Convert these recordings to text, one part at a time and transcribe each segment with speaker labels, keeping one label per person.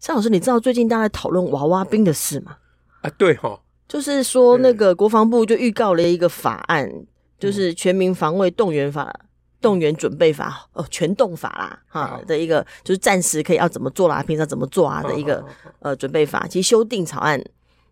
Speaker 1: 尚老师，你知道最近大家在讨论娃娃兵的事吗？
Speaker 2: 啊？对哈，
Speaker 1: 就是说，那个国防部就预告了一个法案，就是《全民防卫动员法》、动员准备法哦，全动法啦，哈
Speaker 2: 好
Speaker 1: 的一个，就是暂时可以要怎么做啦，平常怎么做啊的一个
Speaker 2: 好好好
Speaker 1: 呃准备法，其实修订草案。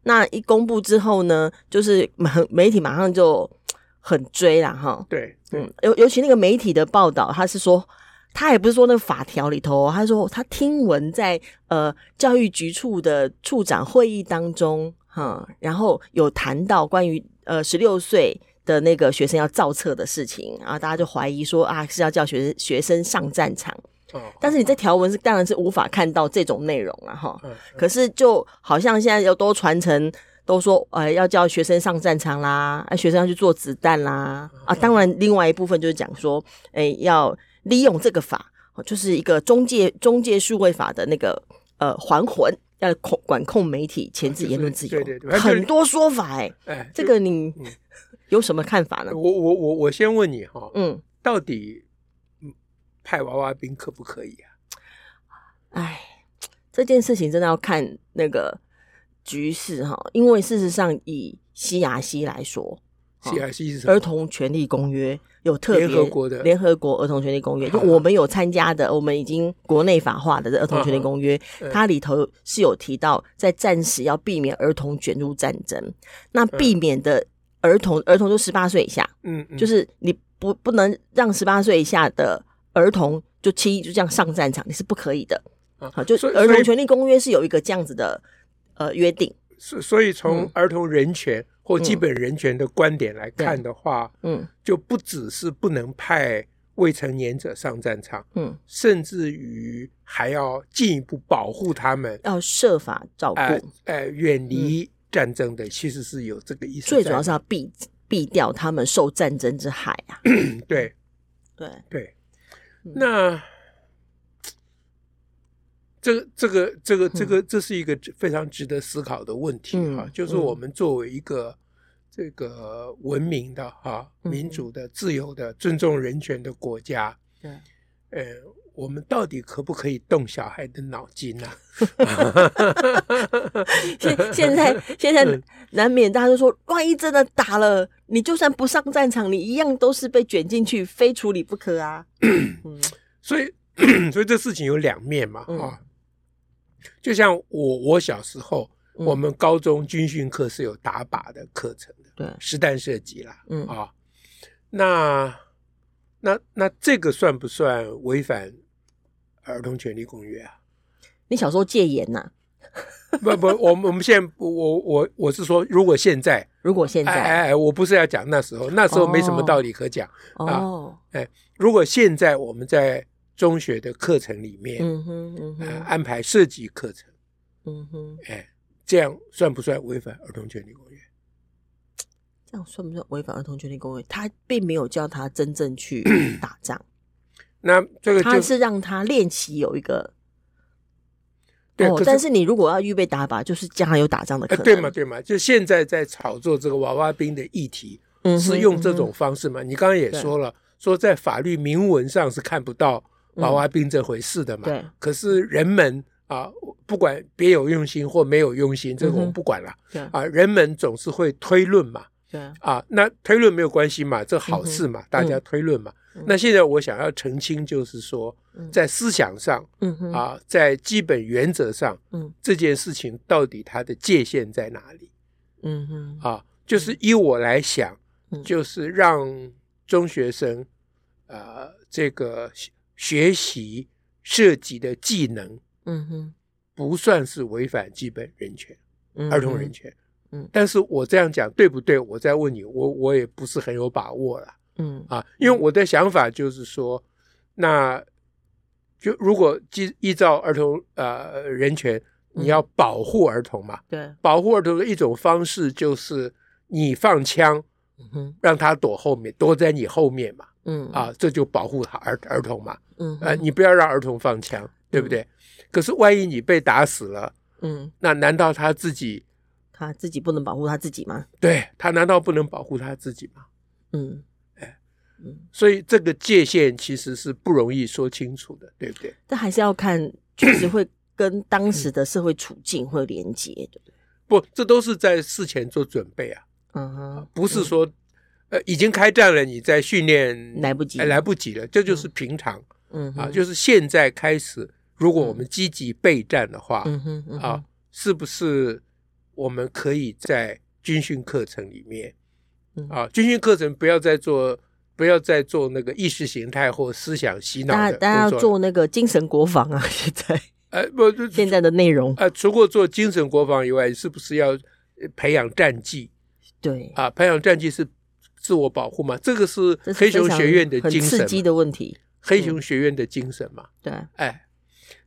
Speaker 1: 那一公布之后呢，就是马媒体马上就很追啦，哈，
Speaker 2: 对，
Speaker 1: 嗯，尤尤其那个媒体的报道，他是说，他也不是说那个法条里头哦，他说他听闻在呃教育局处的处长会议当中，哈、然后有谈到关于呃十六岁的那个学生要造册的事情，然后大家就怀疑说啊是要叫学学生上战场，
Speaker 2: 哦，
Speaker 1: 但是你在条文是当然是无法看到这种内容了、哈。
Speaker 2: 嗯
Speaker 1: 可是就好像现在要都传承，都说呃要叫学生上战场啦，啊学生要去做子弹啦，
Speaker 2: 嗯
Speaker 1: 啊当然另外一部分就是讲说，诶、要利用这个法，哦就是一个中介中介数位法的那个呃还魂，要控管控媒体、钳制
Speaker 2: 啊就是
Speaker 1: 言论自由，
Speaker 2: 对对对
Speaker 1: 很多说法哎、
Speaker 2: 哎，
Speaker 1: 这个你、
Speaker 2: 嗯
Speaker 1: 有什么看法呢
Speaker 2: 我？我我我先问你哈，
Speaker 1: 嗯，
Speaker 2: 到底嗯派娃娃兵可不可以啊？
Speaker 1: 哎，这件事情真的要看那个局势哈，因为事实上以西雅西来说，好
Speaker 2: c i c 是什么
Speaker 1: 哦儿童权利公约有特别
Speaker 2: 联合国的
Speaker 1: 联合国儿童权利公约，就
Speaker 2: 好
Speaker 1: 我们有参加的，我们已经国内法化的这儿童权利公约，
Speaker 2: 嗯
Speaker 1: 它里头是有提到在战时要避免儿童卷入战争，那避免的儿童儿童就十八岁以下，
Speaker 2: 嗯，嗯
Speaker 1: 就是你不不能让十八岁以下的儿童就轻易就这样上战场，你是不可以的。
Speaker 2: 啊
Speaker 1: 好，就
Speaker 2: 所以
Speaker 1: 儿
Speaker 2: 所
Speaker 1: 童
Speaker 2: 以
Speaker 1: 权利公约是有一个这样子的呃约定，
Speaker 2: 所所以从
Speaker 1: 嗯
Speaker 2: 儿童人权或基
Speaker 1: 嗯
Speaker 2: 本人权的观点来看的话，
Speaker 1: 嗯
Speaker 2: 就不只是不能派未成年者上战场，
Speaker 1: 嗯，
Speaker 2: 甚至于还要进一步保护他们，
Speaker 1: 要设法照顾。
Speaker 2: 呃呃，远离战争的，其实是有这个意思
Speaker 1: 嗯
Speaker 2: 在的。
Speaker 1: 最主要是要避避掉他们受战争之害 啊。
Speaker 2: 嗯对
Speaker 1: 对，
Speaker 2: 对，
Speaker 1: 嗯
Speaker 2: 那。这个这个这个这个，这是一个非常值得思考的问题
Speaker 1: 嗯
Speaker 2: 哈，就是
Speaker 1: 嗯
Speaker 2: 我们作为一个这个文明的哈、
Speaker 1: 嗯
Speaker 2: 民主的、自由的、尊重人权的国家，
Speaker 1: 对，
Speaker 2: 呃，我们到底可不可以动小孩的脑筋呢、
Speaker 1: 现现在现在
Speaker 2: 嗯
Speaker 1: 难免大家都说，万一真的打了，你就算不上战场，你一样都是被卷进去，非处理不可啊。嗯
Speaker 2: 所以， 所以这事情有两面嘛，啊、
Speaker 1: 嗯
Speaker 2: 就像我我小时候，
Speaker 1: 嗯
Speaker 2: 我们高中军训课是有打靶的课程的，
Speaker 1: 对
Speaker 2: 实弹射击啦，
Speaker 1: 嗯
Speaker 2: 啊、那那那这个算不算违反儿童权利公约啊？
Speaker 1: 你小时候戒严呐、
Speaker 2: 不不，我们我们现在我我我是说，如果现在，
Speaker 1: 如果现
Speaker 2: 哎
Speaker 1: 在、
Speaker 2: 哎哎，我不是要讲那时候，那时候没什么
Speaker 1: 哦
Speaker 2: 道理可讲。
Speaker 1: 哦，
Speaker 2: 如果现在我们在中学的课程里面，
Speaker 1: 嗯哼嗯
Speaker 2: 呃
Speaker 1: 哼
Speaker 2: 安排设计课程，
Speaker 1: 嗯哼，
Speaker 2: 哎，这样算不算违反儿童权利公约？
Speaker 1: 这样算不算违反儿童权利公约？他并没有叫他真正去打仗，
Speaker 2: 那这个
Speaker 1: 他
Speaker 2: 就是
Speaker 1: 让他练习有一个
Speaker 2: 对，
Speaker 1: 哦
Speaker 2: 可，
Speaker 1: 但是你如果要预备打靶，就是将来有打仗的可
Speaker 2: 呃
Speaker 1: 能，
Speaker 2: 对嘛对嘛，就现在在炒作这个娃娃兵的议题，
Speaker 1: 嗯哼？
Speaker 2: 是用
Speaker 1: 嗯
Speaker 2: 这
Speaker 1: 哼
Speaker 2: 种方式嘛？你刚刚也
Speaker 1: 对
Speaker 2: 说了，说在法律明文上是看不到娃娃兵这回事的嘛。
Speaker 1: 嗯对
Speaker 2: 可是人们啊，不管别有用心或没有用心，这个
Speaker 1: 嗯
Speaker 2: 我
Speaker 1: 哼
Speaker 2: 们不管了
Speaker 1: 对
Speaker 2: 啊，人们总是会推论嘛。
Speaker 1: 对，
Speaker 2: 啊，那推论没有关系嘛，这好事嘛，大家推论嘛。
Speaker 1: 嗯
Speaker 2: 那现在我想要澄清，就是说，
Speaker 1: 嗯
Speaker 2: 在思想上
Speaker 1: 嗯哼，
Speaker 2: 啊，在基本原则上，
Speaker 1: 嗯
Speaker 2: 这件事情到底它的界限在哪里
Speaker 1: 嗯哼，
Speaker 2: 啊？就是依我来想，
Speaker 1: 嗯
Speaker 2: 就是让中学生呃这个学学习涉及的技能，
Speaker 1: 嗯哼，
Speaker 2: 不算是违反基本人权。
Speaker 1: 嗯
Speaker 2: 儿童人权。
Speaker 1: 嗯
Speaker 2: 但是我这样讲对不对？我再问你，我我也不是很有把握了
Speaker 1: 哼，
Speaker 2: 啊，因为我的想法就是说，那就如果依依照儿童呃人权
Speaker 1: 嗯
Speaker 2: 你要保护儿童嘛。
Speaker 1: 对，
Speaker 2: 保护儿童的一种方式就是你放枪，
Speaker 1: 嗯哼，
Speaker 2: 让他躲后面，躲在你后面嘛，
Speaker 1: 嗯，
Speaker 2: 啊，这就保护他儿儿童嘛。
Speaker 1: 嗯
Speaker 2: 呃，
Speaker 1: 哼，
Speaker 2: 你不要让儿童放枪，对不对？可是万一你被打死了，
Speaker 1: 嗯，
Speaker 2: 那难道他自己
Speaker 1: 他自己不能保护他自己吗？
Speaker 2: 对他难道不能保护他自己吗？
Speaker 1: 嗯，
Speaker 2: 哎
Speaker 1: 嗯，
Speaker 2: 所以这个界限其实是不容易说清楚的，对不对？
Speaker 1: 但还是要看，确实会跟当时的社会处境会有连接，对不对？
Speaker 2: 不，这都是在事前做准备啊，
Speaker 1: 嗯哼，
Speaker 2: 不是说、呃已经开战了，你在训练
Speaker 1: 来不及，
Speaker 2: 哎来不及了，这就是平常、
Speaker 1: 嗯哼
Speaker 2: 啊，就是现在开始，如果我们积极备战的话，
Speaker 1: 嗯哼嗯哼
Speaker 2: 啊，，是不是我们可以在军训课程里面
Speaker 1: 嗯
Speaker 2: 啊，军训课程不要再做。不要再做那个意识形态或思想洗脑
Speaker 1: 大家
Speaker 2: 的
Speaker 1: 大家要
Speaker 2: 工作了，
Speaker 1: 做那个精神国防啊， 现在
Speaker 2: 呃，不，就
Speaker 1: 现在的内容，
Speaker 2: 啊，除过做精神国防以外，是不是要呃培养战技
Speaker 1: 对，
Speaker 2: 啊？培养战技是自我保护嘛？这个是
Speaker 1: 这是
Speaker 2: 黑熊
Speaker 1: 非常
Speaker 2: 学院的
Speaker 1: 很
Speaker 2: 精神
Speaker 1: 刺
Speaker 2: 嘛，
Speaker 1: 激的嗯问题，
Speaker 2: 黑熊学院的精神嘛。
Speaker 1: 对，
Speaker 2: 哎，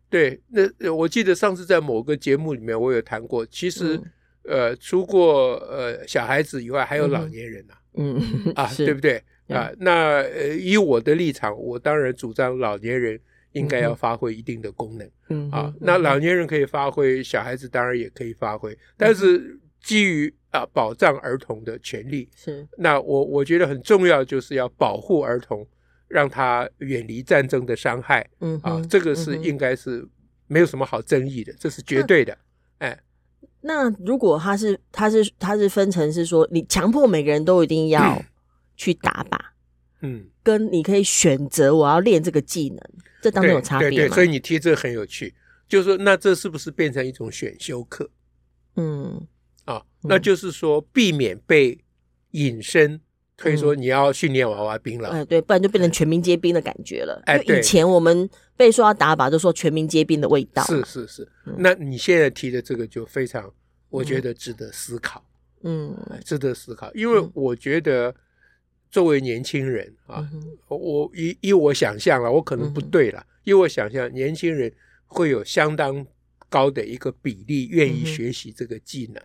Speaker 2: 对，那呃我记得上次在某个节目里面我有谈过，其实、
Speaker 1: 嗯
Speaker 2: 呃，除过呃小孩子以外，还有老年人呐、
Speaker 1: 嗯
Speaker 2: 啊，对不
Speaker 1: 对？
Speaker 2: 对啊？那呃，以我的立场，我当然主张老年人应该
Speaker 1: 嗯
Speaker 2: 要发挥一定的功能。
Speaker 1: 嗯
Speaker 2: 啊
Speaker 1: 哼，
Speaker 2: 那
Speaker 1: 嗯
Speaker 2: 老年人可以发挥，小孩子当然也可以发挥，但是基于啊保障儿童的权利，
Speaker 1: 是
Speaker 2: 那我我觉得很重要，就是要保护儿童，让他远离战争的伤害
Speaker 1: 嗯
Speaker 2: 啊
Speaker 1: 哼，
Speaker 2: 这个
Speaker 1: 嗯
Speaker 2: 是
Speaker 1: 哼
Speaker 2: 应该是没有什么好争议的，这是绝对的。哎，
Speaker 1: 那如果他是他是他是分成是说，你强迫每个人都一定要去打靶，
Speaker 2: 嗯，
Speaker 1: 跟你可以选择我要练这个技能，这当中有
Speaker 2: 对
Speaker 1: 差
Speaker 2: 对
Speaker 1: 别
Speaker 2: 对，
Speaker 1: 吗
Speaker 2: 所？以你提这个很有趣，就是说那这是不是变成一种选修课
Speaker 1: 嗯
Speaker 2: 啊？
Speaker 1: 嗯
Speaker 2: 那就是说避免被引申推说你要训练娃娃兵了。
Speaker 1: 嗯哎，对，不然就变成全民皆兵的感觉了。
Speaker 2: 哎
Speaker 1: 因为以
Speaker 2: 对
Speaker 1: 前我们被说要打靶，就说全民皆兵的味道。
Speaker 2: 是，是是
Speaker 1: 嗯，
Speaker 2: 那你现在提的这个就非常，我觉得值得思考，
Speaker 1: 嗯
Speaker 2: 哎值得思考，因为
Speaker 1: 嗯
Speaker 2: 我觉得作为年轻人
Speaker 1: 嗯
Speaker 2: 啊，
Speaker 1: 哼
Speaker 2: 我我依依我想象了，我可
Speaker 1: 嗯
Speaker 2: 能不对了，依我想象，年轻人会有相当高的一个比例愿
Speaker 1: 嗯
Speaker 2: 意
Speaker 1: 哼
Speaker 2: 学习这个技能。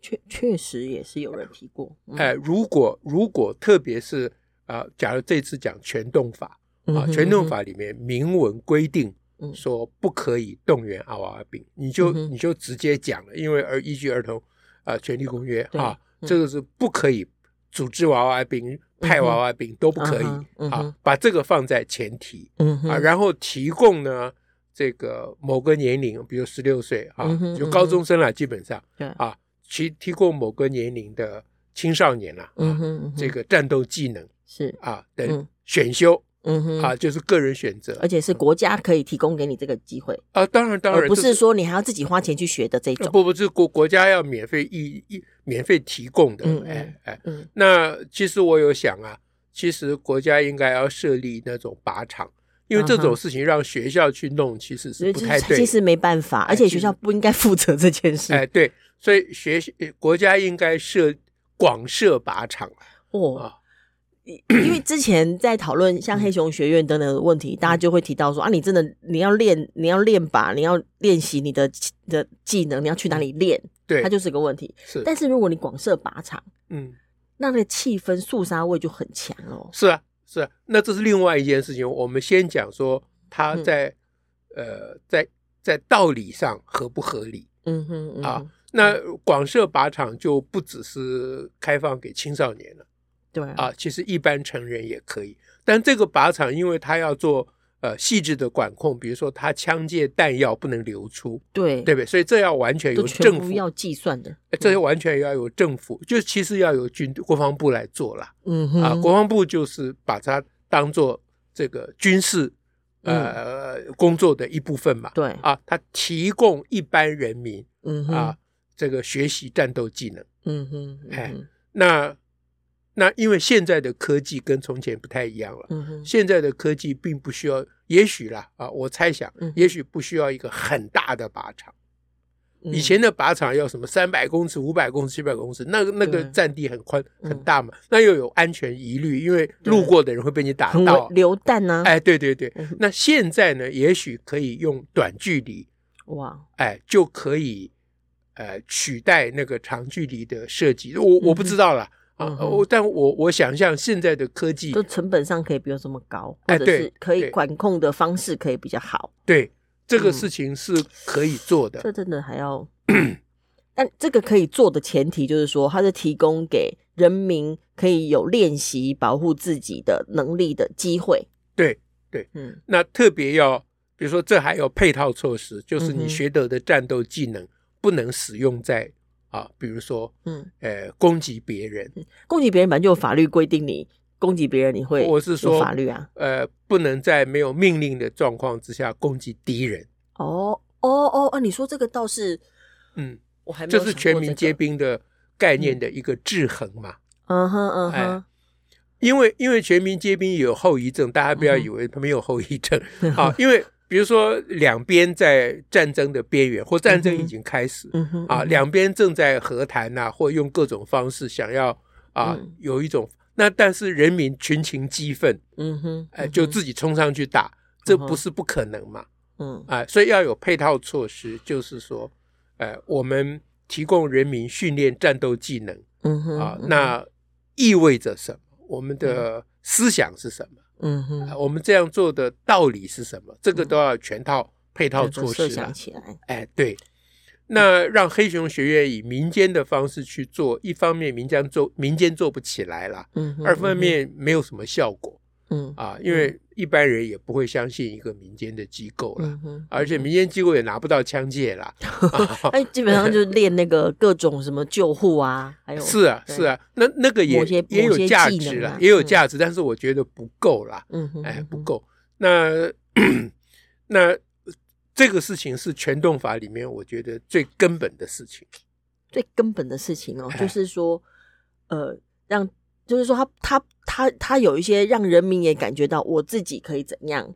Speaker 1: 确确实也是有人提过。嗯
Speaker 2: 哎，如果如果特别是啊，假如这次讲全动法
Speaker 1: 嗯
Speaker 2: 啊，
Speaker 1: 哼
Speaker 2: 全
Speaker 1: 嗯
Speaker 2: 动
Speaker 1: 哼
Speaker 2: 法里面明文规定
Speaker 1: 嗯
Speaker 2: 说不可以动员阿娃娃兵，你就
Speaker 1: 嗯哼
Speaker 2: 你就直接讲了，因为而依据儿童啊权利公约
Speaker 1: 对
Speaker 2: 啊，
Speaker 1: 嗯
Speaker 2: 这个是不可以组织娃娃兵、派娃娃兵都不
Speaker 1: 嗯哼
Speaker 2: 可以
Speaker 1: 嗯
Speaker 2: 啊
Speaker 1: 哼，
Speaker 2: 把这个放在前提
Speaker 1: 嗯
Speaker 2: 啊，
Speaker 1: 哼
Speaker 2: 然后提供呢这个某个年龄，比如十六岁啊
Speaker 1: 嗯哼，
Speaker 2: 就
Speaker 1: 嗯
Speaker 2: 高
Speaker 1: 哼
Speaker 2: 中生了，基本上
Speaker 1: 对
Speaker 2: 啊，提提供某个年龄的青少年啦
Speaker 1: 嗯
Speaker 2: 啊，
Speaker 1: 哼嗯哼
Speaker 2: 这个战斗技能
Speaker 1: 是
Speaker 2: 啊
Speaker 1: 嗯
Speaker 2: 等选修
Speaker 1: 嗯哼
Speaker 2: 啊，就是个人选择
Speaker 1: 而且是国家可以提供给你这个机会，
Speaker 2: 啊，当然当
Speaker 1: 而
Speaker 2: 然
Speaker 1: 不
Speaker 2: 这
Speaker 1: 是说你还要自己花钱去学的这
Speaker 2: 呃
Speaker 1: 种。
Speaker 2: 不不是国国家要免费一一免费提供的
Speaker 1: 嗯，嗯
Speaker 2: 哎哎，
Speaker 1: 嗯
Speaker 2: 那其实我有想啊，其实国家应该要设立那种靶场，因为这
Speaker 1: 嗯哼
Speaker 2: 种事情让学校去弄其实
Speaker 1: 所
Speaker 2: 是
Speaker 1: 以
Speaker 2: 不
Speaker 1: 这
Speaker 2: 太对的。哎
Speaker 1: 其实没办法，而且
Speaker 2: 其实
Speaker 1: 学校不应该负责这件事。
Speaker 2: 哎，对，所以学习呃国家应该设广设靶场
Speaker 1: 哦
Speaker 2: 啊，嗯
Speaker 1: 因因为之前在讨论像黑熊学院等等的问题，大家就会提到说啊，你真的你要练，你要练靶，你要练习你的你的技能，你要去哪里练，
Speaker 2: 对，
Speaker 1: 它就是个问题。
Speaker 2: 是，
Speaker 1: 但是如果你广设靶场，
Speaker 2: 嗯，
Speaker 1: 那那个气氛肃杀味就很强哦。
Speaker 2: 是啊，是啊，那这是另外一件事情。我们先讲说他
Speaker 1: 嗯
Speaker 2: 在、呃在在道理上合不合理
Speaker 1: 嗯哼嗯哼
Speaker 2: 啊？，那广设靶场就不只是开放给青少年了
Speaker 1: 对，
Speaker 2: 啊，其实一般成人也可以。但这个靶场，因为他要做呃细致的管控，比如说他枪械弹药不能流出，
Speaker 1: 对
Speaker 2: 对不对？所以这要完全
Speaker 1: 都
Speaker 2: 由
Speaker 1: 全
Speaker 2: 政
Speaker 1: 部
Speaker 2: 府
Speaker 1: 要计算的。
Speaker 2: 呃这些完全要由政府，就其实要由军队国防部来做啦。
Speaker 1: 嗯哼
Speaker 2: 啊，国防部就是把它当做这个军事呃、
Speaker 1: 嗯
Speaker 2: 工作的一部分嘛。
Speaker 1: 对
Speaker 2: 啊，它提供一般人民
Speaker 1: 嗯哼
Speaker 2: 啊、这个学习战斗技能。
Speaker 1: 嗯哼嗯
Speaker 2: 哎
Speaker 1: 哼
Speaker 2: 那那因为现在的科技跟从前不太一样了，
Speaker 1: 嗯哼
Speaker 2: 现在的科技并不需要，也许啦啊，我猜想
Speaker 1: 嗯，
Speaker 2: 也许不需要一个很大的靶场。
Speaker 1: 嗯
Speaker 2: 以前的靶场要什么三百公尺、五百公尺、七百公尺，那个那个
Speaker 1: 对
Speaker 2: 占地很宽
Speaker 1: 嗯
Speaker 2: 很大嘛，那又有安全疑虑，因为路过的人会被你打
Speaker 1: 很
Speaker 2: 到。哎
Speaker 1: 流弹呢，啊
Speaker 2: 哎，对对对
Speaker 1: 嗯，
Speaker 2: 那现在呢，也许可以用短距离
Speaker 1: 哇，
Speaker 2: 哎，就可以呃取代那个长距离的射击。我我不知道啦，
Speaker 1: 嗯
Speaker 2: 啊，
Speaker 1: 哼
Speaker 2: 我但我我想象现在的科技
Speaker 1: 就成本上可以不用这么高，
Speaker 2: 哎
Speaker 1: 或者是
Speaker 2: 对
Speaker 1: 可以
Speaker 2: 对
Speaker 1: 管控的方式可以比较好。
Speaker 2: 对这个
Speaker 1: 嗯
Speaker 2: 事情是可以做的。
Speaker 1: 这真的还 要，但这个可以做的前提就是说，它是提供给人民可以有练习保护自己的能力的机会。
Speaker 2: 对对，
Speaker 1: 嗯
Speaker 2: 那特别要，比如说这还有配套措施，就是
Speaker 1: 嗯哼
Speaker 2: 你学得的战斗技能不能使用在啊，比如说
Speaker 1: 嗯，
Speaker 2: 呃攻击别人，
Speaker 1: 攻击别人本来就有法律规定你攻击别人你会，
Speaker 2: 我是说
Speaker 1: 法律啊。
Speaker 2: 呃不能在没有命令的状况之下攻击敌人。
Speaker 1: 哦哦哦，啊，你说这个倒是
Speaker 2: 嗯，
Speaker 1: 我还没有
Speaker 2: 这是
Speaker 1: 想
Speaker 2: 全
Speaker 1: 过
Speaker 2: 民
Speaker 1: 个
Speaker 2: 皆。兵的概念的一个制衡嘛。
Speaker 1: 嗯哼嗯
Speaker 2: 哎
Speaker 1: 哼，
Speaker 2: 因为因为全民皆兵有后遗症，大家不
Speaker 1: 嗯
Speaker 2: 要以为他没有后遗 症啊。因为比如说两边在战争的边缘，或战争已经开始
Speaker 1: 嗯哼嗯
Speaker 2: 啊，
Speaker 1: 哼
Speaker 2: 两边正在和谈呐、或用各种方式想要啊
Speaker 1: 嗯
Speaker 2: 有一种那，但是人民群情激愤，
Speaker 1: 嗯哼，
Speaker 2: 哎，
Speaker 1: 嗯
Speaker 2: 就
Speaker 1: 哼
Speaker 2: 自己冲上去打，这不是不可能嘛？
Speaker 1: 嗯
Speaker 2: 啊，所以要有配套措施，就是说，呃，我们提供人民训练战斗技能。
Speaker 1: 嗯哼
Speaker 2: 啊，
Speaker 1: 嗯
Speaker 2: 那意味着什么？我们的思想是什么？
Speaker 1: 嗯哼
Speaker 2: 啊，我们这样做的道理是什么？这个
Speaker 1: 嗯
Speaker 2: 都要全套配套
Speaker 1: 这就
Speaker 2: 措
Speaker 1: 设
Speaker 2: 施
Speaker 1: 想
Speaker 2: 啊。
Speaker 1: 起来，
Speaker 2: 哎，对。那让黑熊学院以民间的方式去做，一方面民间做民间做不起来啦，
Speaker 1: 嗯哼，
Speaker 2: 二
Speaker 1: 嗯
Speaker 2: 方
Speaker 1: 哼，
Speaker 2: 面没有什么效果
Speaker 1: 嗯
Speaker 2: 啊，因为一般人也不会相信一个民间的机构啦，
Speaker 1: 嗯哼，
Speaker 2: 而且民间机构也拿不到枪 械啦。啊
Speaker 1: 哎，基本上就是练那个各种什么救护啊，还有
Speaker 2: 是啊，
Speaker 1: 对
Speaker 2: 是啊，那那个也
Speaker 1: 某些
Speaker 2: 也有
Speaker 1: 某些
Speaker 2: 价
Speaker 1: 技能
Speaker 2: 值
Speaker 1: 啊
Speaker 2: 了，也有
Speaker 1: 嗯
Speaker 2: 价值，但是我觉得不够啦，
Speaker 1: 嗯哼，
Speaker 2: 哎
Speaker 1: 嗯，
Speaker 2: 不
Speaker 1: 哼，
Speaker 2: 够。那那这个事情是全动法里面我觉得最根本的事情。
Speaker 1: 最根本的事情哦，
Speaker 2: 哎
Speaker 1: 就是说，呃，让就是说他他他他有一些让人民也感觉到我自己可以怎样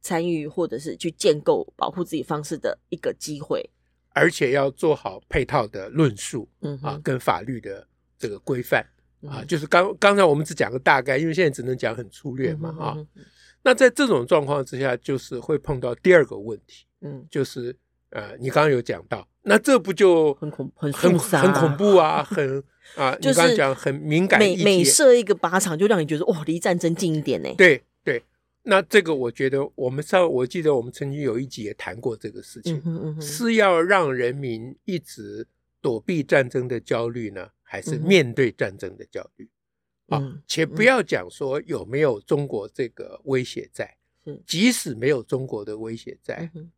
Speaker 1: 参与，或者是去建构保护自己方式的一个机会。
Speaker 2: 而且要做好配套的论述
Speaker 1: 嗯
Speaker 2: 啊，
Speaker 1: 哼，
Speaker 2: 跟法律的这个规范啊，
Speaker 1: 嗯
Speaker 2: 就是刚刚才我们只讲个大概，因为现在只能讲很粗略嘛
Speaker 1: 嗯哼
Speaker 2: 啊。
Speaker 1: 嗯哼
Speaker 2: 那在这种状况之下，就是会碰到第二个问题，
Speaker 1: 嗯，
Speaker 2: 就是呃，你刚刚有讲到，那这不就
Speaker 1: 很恐很
Speaker 2: 很
Speaker 1: 肃杀
Speaker 2: 很恐 怖啊，很啊，
Speaker 1: 嗯就
Speaker 2: 你刚
Speaker 1: 是
Speaker 2: 刚讲很敏感
Speaker 1: 每
Speaker 2: 议
Speaker 1: 每
Speaker 2: 题，
Speaker 1: 设一个靶场，就让你觉得哇，离战争近一点呢。
Speaker 2: 对对。那这个我觉得，我们上我记得我们曾经有一集也谈过这个事
Speaker 1: 嗯
Speaker 2: 情，
Speaker 1: 哼嗯哼，
Speaker 2: 是要让人民一直躲避战争的焦虑呢，还是
Speaker 1: 嗯哼
Speaker 2: 面对战争的焦虑？啊
Speaker 1: 嗯，
Speaker 2: 且不要讲说有没有中国这个威胁在
Speaker 1: 是，
Speaker 2: 即使没有中国的威胁在
Speaker 1: 嗯，哼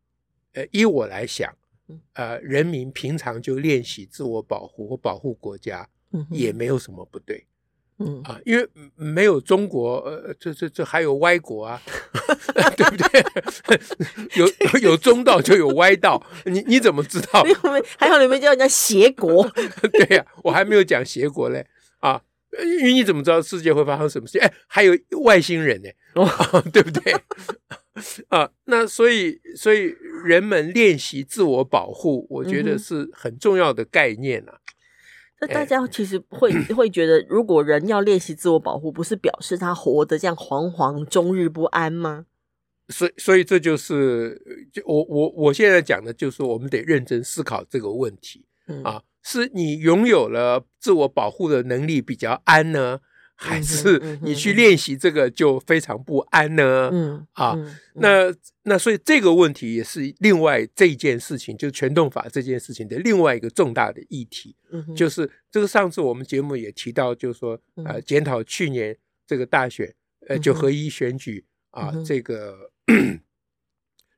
Speaker 2: 呃，依我来想
Speaker 1: 嗯，
Speaker 2: 呃，人民平常就练习自我保护或保护国家，
Speaker 1: 嗯哼
Speaker 2: 也没有什么不对
Speaker 1: 嗯
Speaker 2: 啊，因为嗯没有中国，呃，这这这还有歪国啊， 对不对？ 有有中道就有歪道，你你怎么知道？
Speaker 1: 因为 还好你们叫人家邪国，
Speaker 2: 对呀、我还没有讲邪国嘞啊，因为你怎么知道世界会发生什么事？哎，还有外星人呢、
Speaker 1: 哦
Speaker 2: 啊对不对？啊，那所以所以人们练习自我保护，我觉
Speaker 1: 嗯哼
Speaker 2: 得是很重要的概念啊。
Speaker 1: 那大家其实 会会觉得，如果人要练习自我保护，不是表示他活得这样惶惶终日不安吗？
Speaker 2: 所以所以这就是就我我我现在讲的就是我们得认真思考这个问题
Speaker 1: 嗯，
Speaker 2: 啊，是你拥有了自我保护的能力比较安呢，还是
Speaker 1: 嗯哼嗯哼
Speaker 2: 你去练习这个就非常不安呢？
Speaker 1: 嗯
Speaker 2: 啊
Speaker 1: 嗯嗯
Speaker 2: 那那所以这个问题也是另外这一件事情，就是全动法这件事情的另外一个重大的议题，
Speaker 1: 嗯哼
Speaker 2: 就是这个上次我们节目也提到，就是说呃
Speaker 1: 嗯
Speaker 2: 检讨去年这个大选，
Speaker 1: 嗯
Speaker 2: 呃
Speaker 1: 哼
Speaker 2: 九合一选举啊
Speaker 1: 嗯哼
Speaker 2: 这个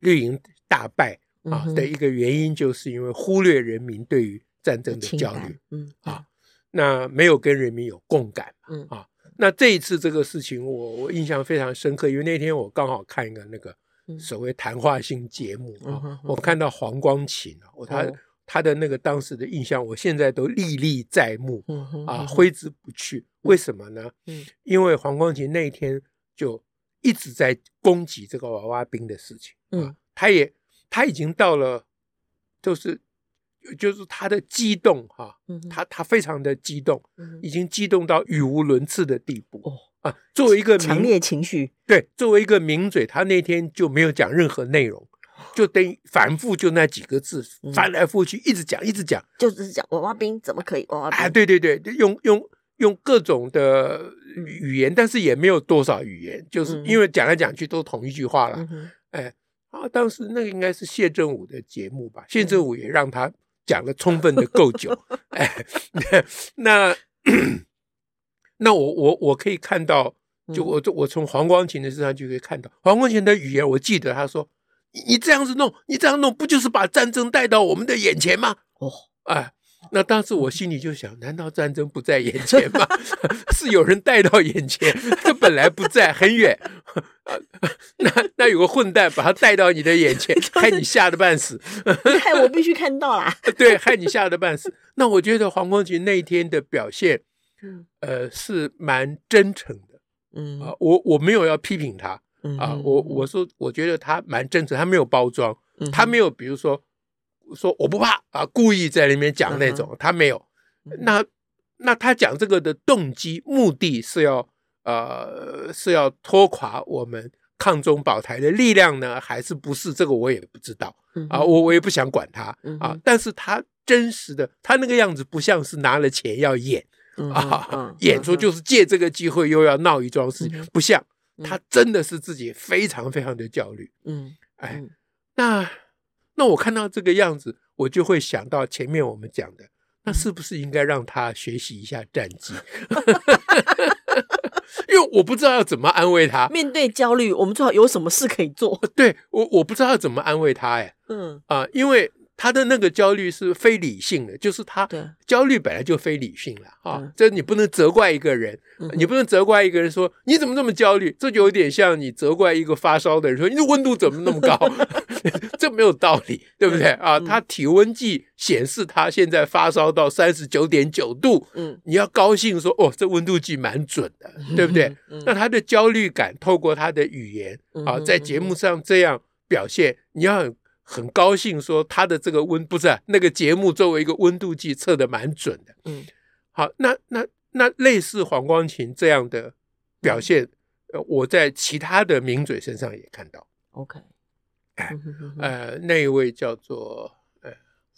Speaker 2: 绿营大败
Speaker 1: 嗯
Speaker 2: 啊
Speaker 1: 哼
Speaker 2: 的一个原因，就是因为忽略人民对于战争的
Speaker 1: 情
Speaker 2: 焦
Speaker 1: 感
Speaker 2: 虑，
Speaker 1: 嗯
Speaker 2: 啊，那没有跟人民有共感。啊
Speaker 1: 嗯
Speaker 2: 那这一次这个事情我，我印象非常深刻，因为那天我刚好看一个那个
Speaker 1: 嗯
Speaker 2: 所谓谈话性节目
Speaker 1: 嗯
Speaker 2: 啊，
Speaker 1: 哼
Speaker 2: 我看到黄光琴啊，我他、
Speaker 1: 哦
Speaker 2: 他的那个当时的印象，我现在都历历在目
Speaker 1: 嗯哼
Speaker 2: 啊，
Speaker 1: 嗯哼
Speaker 2: 挥之不去。为什么呢？
Speaker 1: 嗯
Speaker 2: 因为黄光琴那一天就一直在攻击这个娃娃兵的事情，
Speaker 1: 嗯
Speaker 2: 啊，他也他已经到了，就是就是他的激动啊哈、
Speaker 1: 嗯哼
Speaker 2: 他他非常的激动。
Speaker 1: 嗯哼
Speaker 2: 已经激动到语无伦次的地步。
Speaker 1: 哦
Speaker 2: 啊，作为一个
Speaker 1: 强
Speaker 2: 名
Speaker 1: 烈情绪，
Speaker 2: 对，作为一个名嘴，他那天就没有讲任何内容，就等于反复就那几个字
Speaker 1: 嗯
Speaker 2: 翻来覆去，一直讲一直讲
Speaker 1: 就是讲娃娃兵怎么可以娃娃兵？
Speaker 2: 啊，对对对，用用用各种的语言，但是也没有多少语言，就是
Speaker 1: 嗯
Speaker 2: 因为讲来讲去都同一句话了
Speaker 1: 嗯。哼，
Speaker 2: 哎，啊，当时那个应该是谢振武的节目吧？谢振武也让他讲了充分的够久。哎，那那我我我可以看到，就
Speaker 1: 嗯
Speaker 2: 我我从黄光琴的身上就可以看到，黄光琴的语言，我记得他说：“你你这样子弄，你这样弄，不就是把战争带到我们的眼前吗？”
Speaker 1: 哦，
Speaker 2: 哎。那当时我心里就想，难道战争不在眼前 吗？ 是有人带到眼前，这本来不在，很远。呃那那有个混蛋把他带到你的眼前，害你吓得半死。呃
Speaker 1: 害我必须看到 啦。
Speaker 2: 对，害你吓得半死。那我觉得黄光琴那一天的表现，
Speaker 1: 嗯
Speaker 2: 呃，是蛮真诚的
Speaker 1: 嗯
Speaker 2: 啊、我我没有要批评他
Speaker 1: 嗯
Speaker 2: 啊、我我说我觉得他蛮真诚，他没有包装，
Speaker 1: 嗯
Speaker 2: 他没有比如说说我不怕啊，故意在那边讲那种，他没有。
Speaker 1: 嗯
Speaker 2: 那那他讲这个的动机目的是要呃是要拖垮我们抗中保台的力量呢，还是不是？这个我也不知道。
Speaker 1: 嗯
Speaker 2: 啊，我我也不想管他
Speaker 1: 嗯
Speaker 2: 啊
Speaker 1: 哼，
Speaker 2: 但是他真实的，他那个样子不像是拿了钱要演
Speaker 1: 嗯
Speaker 2: 啊
Speaker 1: 嗯，
Speaker 2: 演出
Speaker 1: 嗯
Speaker 2: 就是借这个机会又要闹一桩事
Speaker 1: 嗯
Speaker 2: 情
Speaker 1: 哼，
Speaker 2: 不像
Speaker 1: 嗯
Speaker 2: 他真的是自己非常非常的焦虑。
Speaker 1: 嗯
Speaker 2: 哎
Speaker 1: 嗯，
Speaker 2: 那那我看到这个样子，我就会想到前面我们讲的，
Speaker 1: 嗯
Speaker 2: 那是不是应该让他学习一下战绩？ 因为我不知道要怎么安慰他，
Speaker 1: 面对焦虑，我们最好有什么事可以做？
Speaker 2: 对我我不知道要怎么安慰他哎。
Speaker 1: 嗯，
Speaker 2: 啊、因为他的那个焦虑是非理性的，就是他
Speaker 1: 对
Speaker 2: 焦虑本来就非理性了啊
Speaker 1: 嗯。
Speaker 2: 这你不能责怪一个人，
Speaker 1: 嗯哼
Speaker 2: 你不能责怪一个人说你怎么这么焦虑，这就有点像你责怪一个发烧的人说你的温度怎么那么高， 这没有道理，对不对
Speaker 1: 嗯
Speaker 2: 啊？他体温计显示他现在发烧到三十九点九度，
Speaker 1: 嗯，
Speaker 2: 你要高兴说哦，这温度计蛮准的，对不对？
Speaker 1: 嗯？
Speaker 2: 那他的焦虑感透过他的语言
Speaker 1: 嗯
Speaker 2: 啊，
Speaker 1: 哼
Speaker 2: 在节目上这样表现，你要很很高兴说他的这个温不是啊、那个节目作为一个温度计测的蛮准的。
Speaker 1: 嗯，
Speaker 2: 好，那那那类似黄光琴这样的表现，呃，我在其他的名嘴身上也看到，
Speaker 1: OK，
Speaker 2: 哎
Speaker 1: 嗯哼哼哼
Speaker 2: 呃，那一位叫做呃，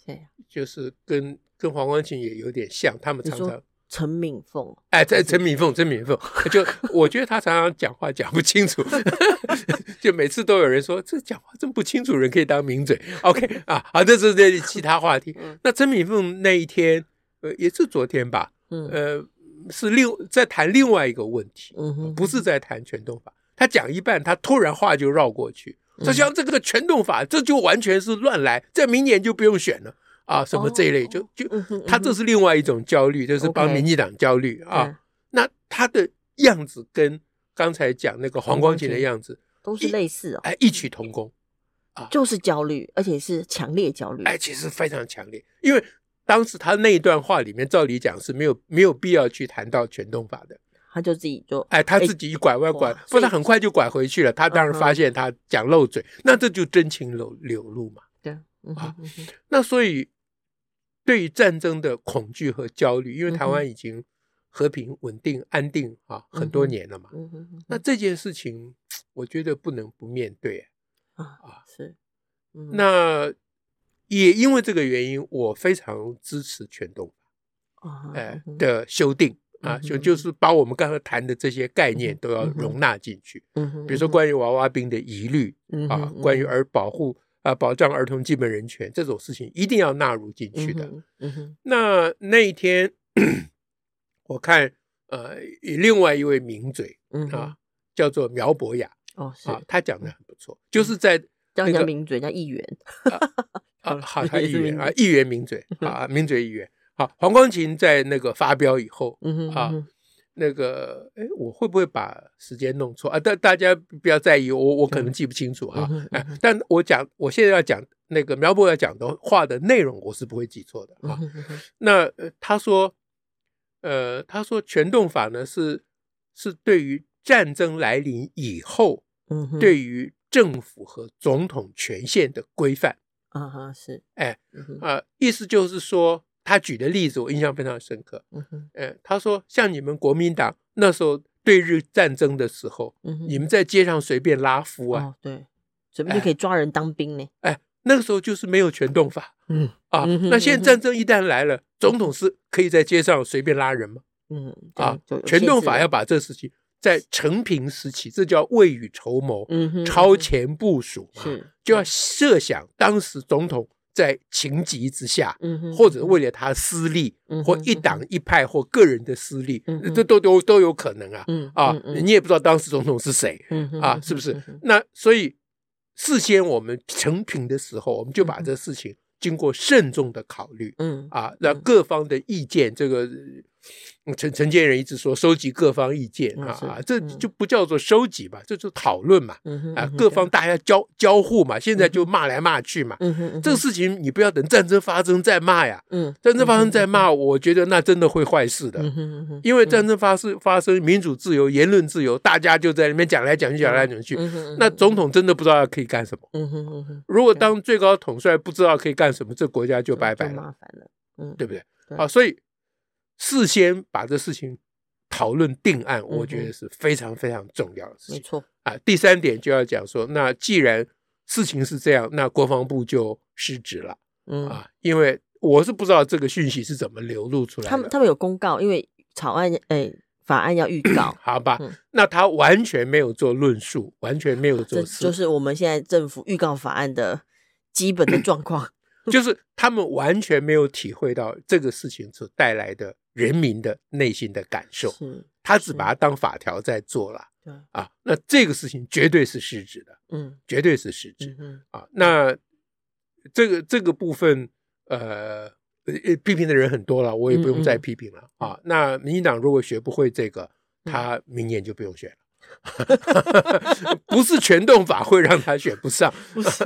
Speaker 1: 谁呀？
Speaker 2: 就是跟跟黄光琴也有点像，他们
Speaker 1: 你
Speaker 2: 常
Speaker 1: 说
Speaker 2: 常。
Speaker 1: 陈敏凤，
Speaker 2: 哎，这陈敏凤，陈 敏凤，就我觉得他常常讲话讲不清楚， 就每次都有人说这讲话真不清楚，人可以当名嘴。OK 啊，好，这是这是其他话题
Speaker 1: 嗯。
Speaker 2: 那陈敏凤那一天，呃，也是昨天吧，
Speaker 1: 嗯
Speaker 2: 呃，是另在谈另外一个问题，
Speaker 1: 嗯哼，
Speaker 2: 不是在谈全动法。他讲一半，他突然话就绕过去，
Speaker 1: 嗯
Speaker 2: 说像这个全动法，这就完全是乱来，在明年就不用选了啊，什么这一类，就就
Speaker 1: 嗯哼，
Speaker 2: 他这是另外一种焦虑，就是帮
Speaker 1: OK
Speaker 2: 民进党焦虑啊。
Speaker 1: 嗯
Speaker 2: 那他的样子跟刚才讲那个黄光琴的样子，
Speaker 1: 都是类似哦，
Speaker 2: 哎，异曲同工，
Speaker 1: 就是焦虑，而且是强烈焦虑。
Speaker 2: 哎，其实非常强烈。因为当时他那一段话里面，照理讲是没有没有必要去谈到全动法的，
Speaker 1: 他就自己就
Speaker 2: 哎，他自己一拐弯拐
Speaker 1: 哇，
Speaker 2: 不
Speaker 1: 所以
Speaker 2: 然很快就拐回去了。他当然发现他讲漏嘴，那这就真情流流露嘛。
Speaker 1: 对，嗯哼
Speaker 2: 啊
Speaker 1: 嗯哼
Speaker 2: 那所以对于战争的恐惧和焦虑，因为台湾已经和平、稳定、安定啊很多年了嘛，
Speaker 1: 嗯哼嗯哼
Speaker 2: 那这件事情我觉得不能不面对。
Speaker 1: 啊是，嗯
Speaker 2: 那也因为这个原因，我非常支持全动
Speaker 1: 啊
Speaker 2: 哎
Speaker 1: 嗯哼
Speaker 2: 的修订啊，
Speaker 1: 嗯哼
Speaker 2: 就就是把我们刚才谈的这些概念都要
Speaker 1: 嗯哼
Speaker 2: 容纳进去，
Speaker 1: 嗯哼
Speaker 2: 比如说关于娃娃兵的疑虑
Speaker 1: 嗯哼
Speaker 2: 啊
Speaker 1: 嗯，哼
Speaker 2: 关于儿保护啊保障儿童基本人权这种事情，一定要纳入进去的。，
Speaker 1: 嗯哼嗯哼
Speaker 2: 那那一天，我看呃，另外一位名嘴
Speaker 1: 嗯哼
Speaker 2: 啊，叫做苗博雅
Speaker 1: 哦是，
Speaker 2: 啊，他讲的很不错，就是在
Speaker 1: 叫人
Speaker 2: 那
Speaker 1: 家
Speaker 2: 个
Speaker 1: 名嘴，叫议员，
Speaker 2: 啊，好，
Speaker 1: 也
Speaker 2: 他议
Speaker 1: 是
Speaker 2: 员
Speaker 1: 名
Speaker 2: 啊，议员 名嘴啊，名嘴议员。好，黄光琴在那个发飙以后，
Speaker 1: 嗯哼
Speaker 2: 啊
Speaker 1: 嗯哼
Speaker 2: 那个哎，我会不会把时间弄错啊？大大家不要在意，我我可能记不清楚啊
Speaker 1: 嗯哼。
Speaker 2: 哎，但我讲，我现在要讲那个苗博要讲的话的内容，我是不会记错的
Speaker 1: 嗯
Speaker 2: 啊。
Speaker 1: 哼嗯哼
Speaker 2: 那呃他说，呃，他说全动法呢是是对于战争来临以后，
Speaker 1: 嗯哼
Speaker 2: 对于政府和总统权限的规范。
Speaker 1: 啊哈是，
Speaker 2: 哎
Speaker 1: 嗯哼
Speaker 2: 啊，意思就是说，他举的例子我印象非常深刻。
Speaker 1: 嗯哼
Speaker 2: 呃，他说像你们国民党那时候对日战争的时候，
Speaker 1: 嗯哼
Speaker 2: 你们在街上随便拉夫啊，
Speaker 1: 哦对，准备就可以抓人当兵呢。
Speaker 2: 那个时候就是没有全动法
Speaker 1: 嗯
Speaker 2: 啊
Speaker 1: 嗯哼。
Speaker 2: 那现在战争一旦来了，总统是可以在街上随便拉人吗？
Speaker 1: 嗯
Speaker 2: 啊
Speaker 1: 对就有，
Speaker 2: 全动
Speaker 1: 限制
Speaker 2: 法
Speaker 1: 了
Speaker 2: 要把这事情在成平时期，这叫未雨绸缪，
Speaker 1: 嗯哼
Speaker 2: 超前部署嘛，
Speaker 1: 是
Speaker 2: 就要设想当时总统在情急之下，
Speaker 1: 嗯哼
Speaker 2: 或者为了他私利
Speaker 1: 嗯哼
Speaker 2: 或一党一派或个人的私利
Speaker 1: 嗯哼，
Speaker 2: 这都都都有可能啊
Speaker 1: 嗯
Speaker 2: 啊
Speaker 1: 嗯嗯！
Speaker 2: 你也不知道当时总统是谁，
Speaker 1: 嗯哼
Speaker 2: 啊
Speaker 1: 嗯，
Speaker 2: 是不
Speaker 1: 嗯
Speaker 2: 是
Speaker 1: 哼？
Speaker 2: 那所以事先我们成品的时候，我们就把这事情经过慎重的考虑
Speaker 1: 嗯
Speaker 2: 啊，那各方的意见，这个呃陈陈建仁一直说收集各方意见
Speaker 1: 嗯
Speaker 2: 啊
Speaker 1: 是
Speaker 2: 啊，这
Speaker 1: 嗯
Speaker 2: 就不叫做收集吧，这就讨论嘛
Speaker 1: 嗯哼
Speaker 2: 啊
Speaker 1: 嗯哼，
Speaker 2: 各方大家交交互嘛，现在就骂来骂去嘛，
Speaker 1: 嗯哼嗯哼
Speaker 2: 这个事情你不要等战争发生再骂呀，
Speaker 1: 嗯
Speaker 2: 战争发生再骂，我觉得那真的会坏事的。
Speaker 1: 嗯哼嗯哼
Speaker 2: 因为战争发生发生，民主自由、言论自由，大家就在里面讲来讲去，讲来讲去。
Speaker 1: 嗯哼
Speaker 2: 那总统真的不知道可以干什么。
Speaker 1: 嗯哼嗯哼
Speaker 2: 如果当最高统帅不知道可以干什么，这国家就
Speaker 1: 就
Speaker 2: 拜拜
Speaker 1: 就
Speaker 2: 了，
Speaker 1: 麻烦了嗯
Speaker 2: 对不对
Speaker 1: 对？
Speaker 2: 啊，所以事先把这事情讨论定案，我觉得是非常非常重要的事
Speaker 1: 嗯没
Speaker 2: 情
Speaker 1: 错
Speaker 2: 啊。第三点就要讲说，那既然事情是这样，那国防部就失职了
Speaker 1: 嗯
Speaker 2: 啊，因为我是不知道这个讯息是怎么流露出来的。。
Speaker 1: 他们他们有公告，因为草案诶法案要预告
Speaker 2: 好吧，
Speaker 1: 嗯
Speaker 2: 那他完全没有做论述，完全没有做
Speaker 1: 这
Speaker 2: 思，
Speaker 1: 就是我们现在政府预告法案的基本的状况。
Speaker 2: 就是他们完全没有体会到这个事情所带来的人民的内心的感受，
Speaker 1: 是，
Speaker 2: 他只把它当法条在做了
Speaker 1: 对，
Speaker 2: 啊。那这个事情绝对是失职的，
Speaker 1: 嗯
Speaker 2: 绝对是失职
Speaker 1: 嗯嗯
Speaker 2: 啊。那这个这个部分，呃。呃呃批评的人很多了，我也不用再批评了、
Speaker 1: 嗯嗯
Speaker 2: 啊。那民进党如果学不会这个，
Speaker 1: 嗯
Speaker 2: 他明年就不用选了。 不是全动法会让他选 不上，
Speaker 1: 不 是，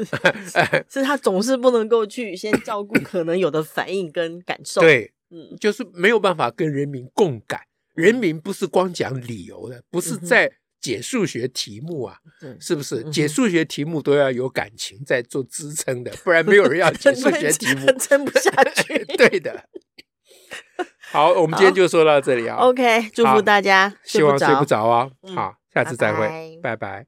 Speaker 2: 哎
Speaker 1: 是他总是不能够去先照顾可能有的反应跟感受。，
Speaker 2: 对，
Speaker 1: 嗯
Speaker 2: 就是没有办法跟人民共感。人民不是光讲理由的，不是
Speaker 1: 嗯哼
Speaker 2: 在解数学题目啊，
Speaker 1: 对，
Speaker 2: 是不是
Speaker 1: 嗯哼？
Speaker 2: 解数学题目都要有感情在做支撑的，不然没有人要 解数学题目。
Speaker 1: 撑不下去。
Speaker 2: 对的。好，我们今天就说到这里啊。
Speaker 1: OK，祝福
Speaker 2: 好
Speaker 1: 大家，
Speaker 2: 希望
Speaker 1: 哦睡
Speaker 2: 睡不着啊
Speaker 1: 嗯。
Speaker 2: 好，下次再会
Speaker 1: 拜，
Speaker 2: 拜拜。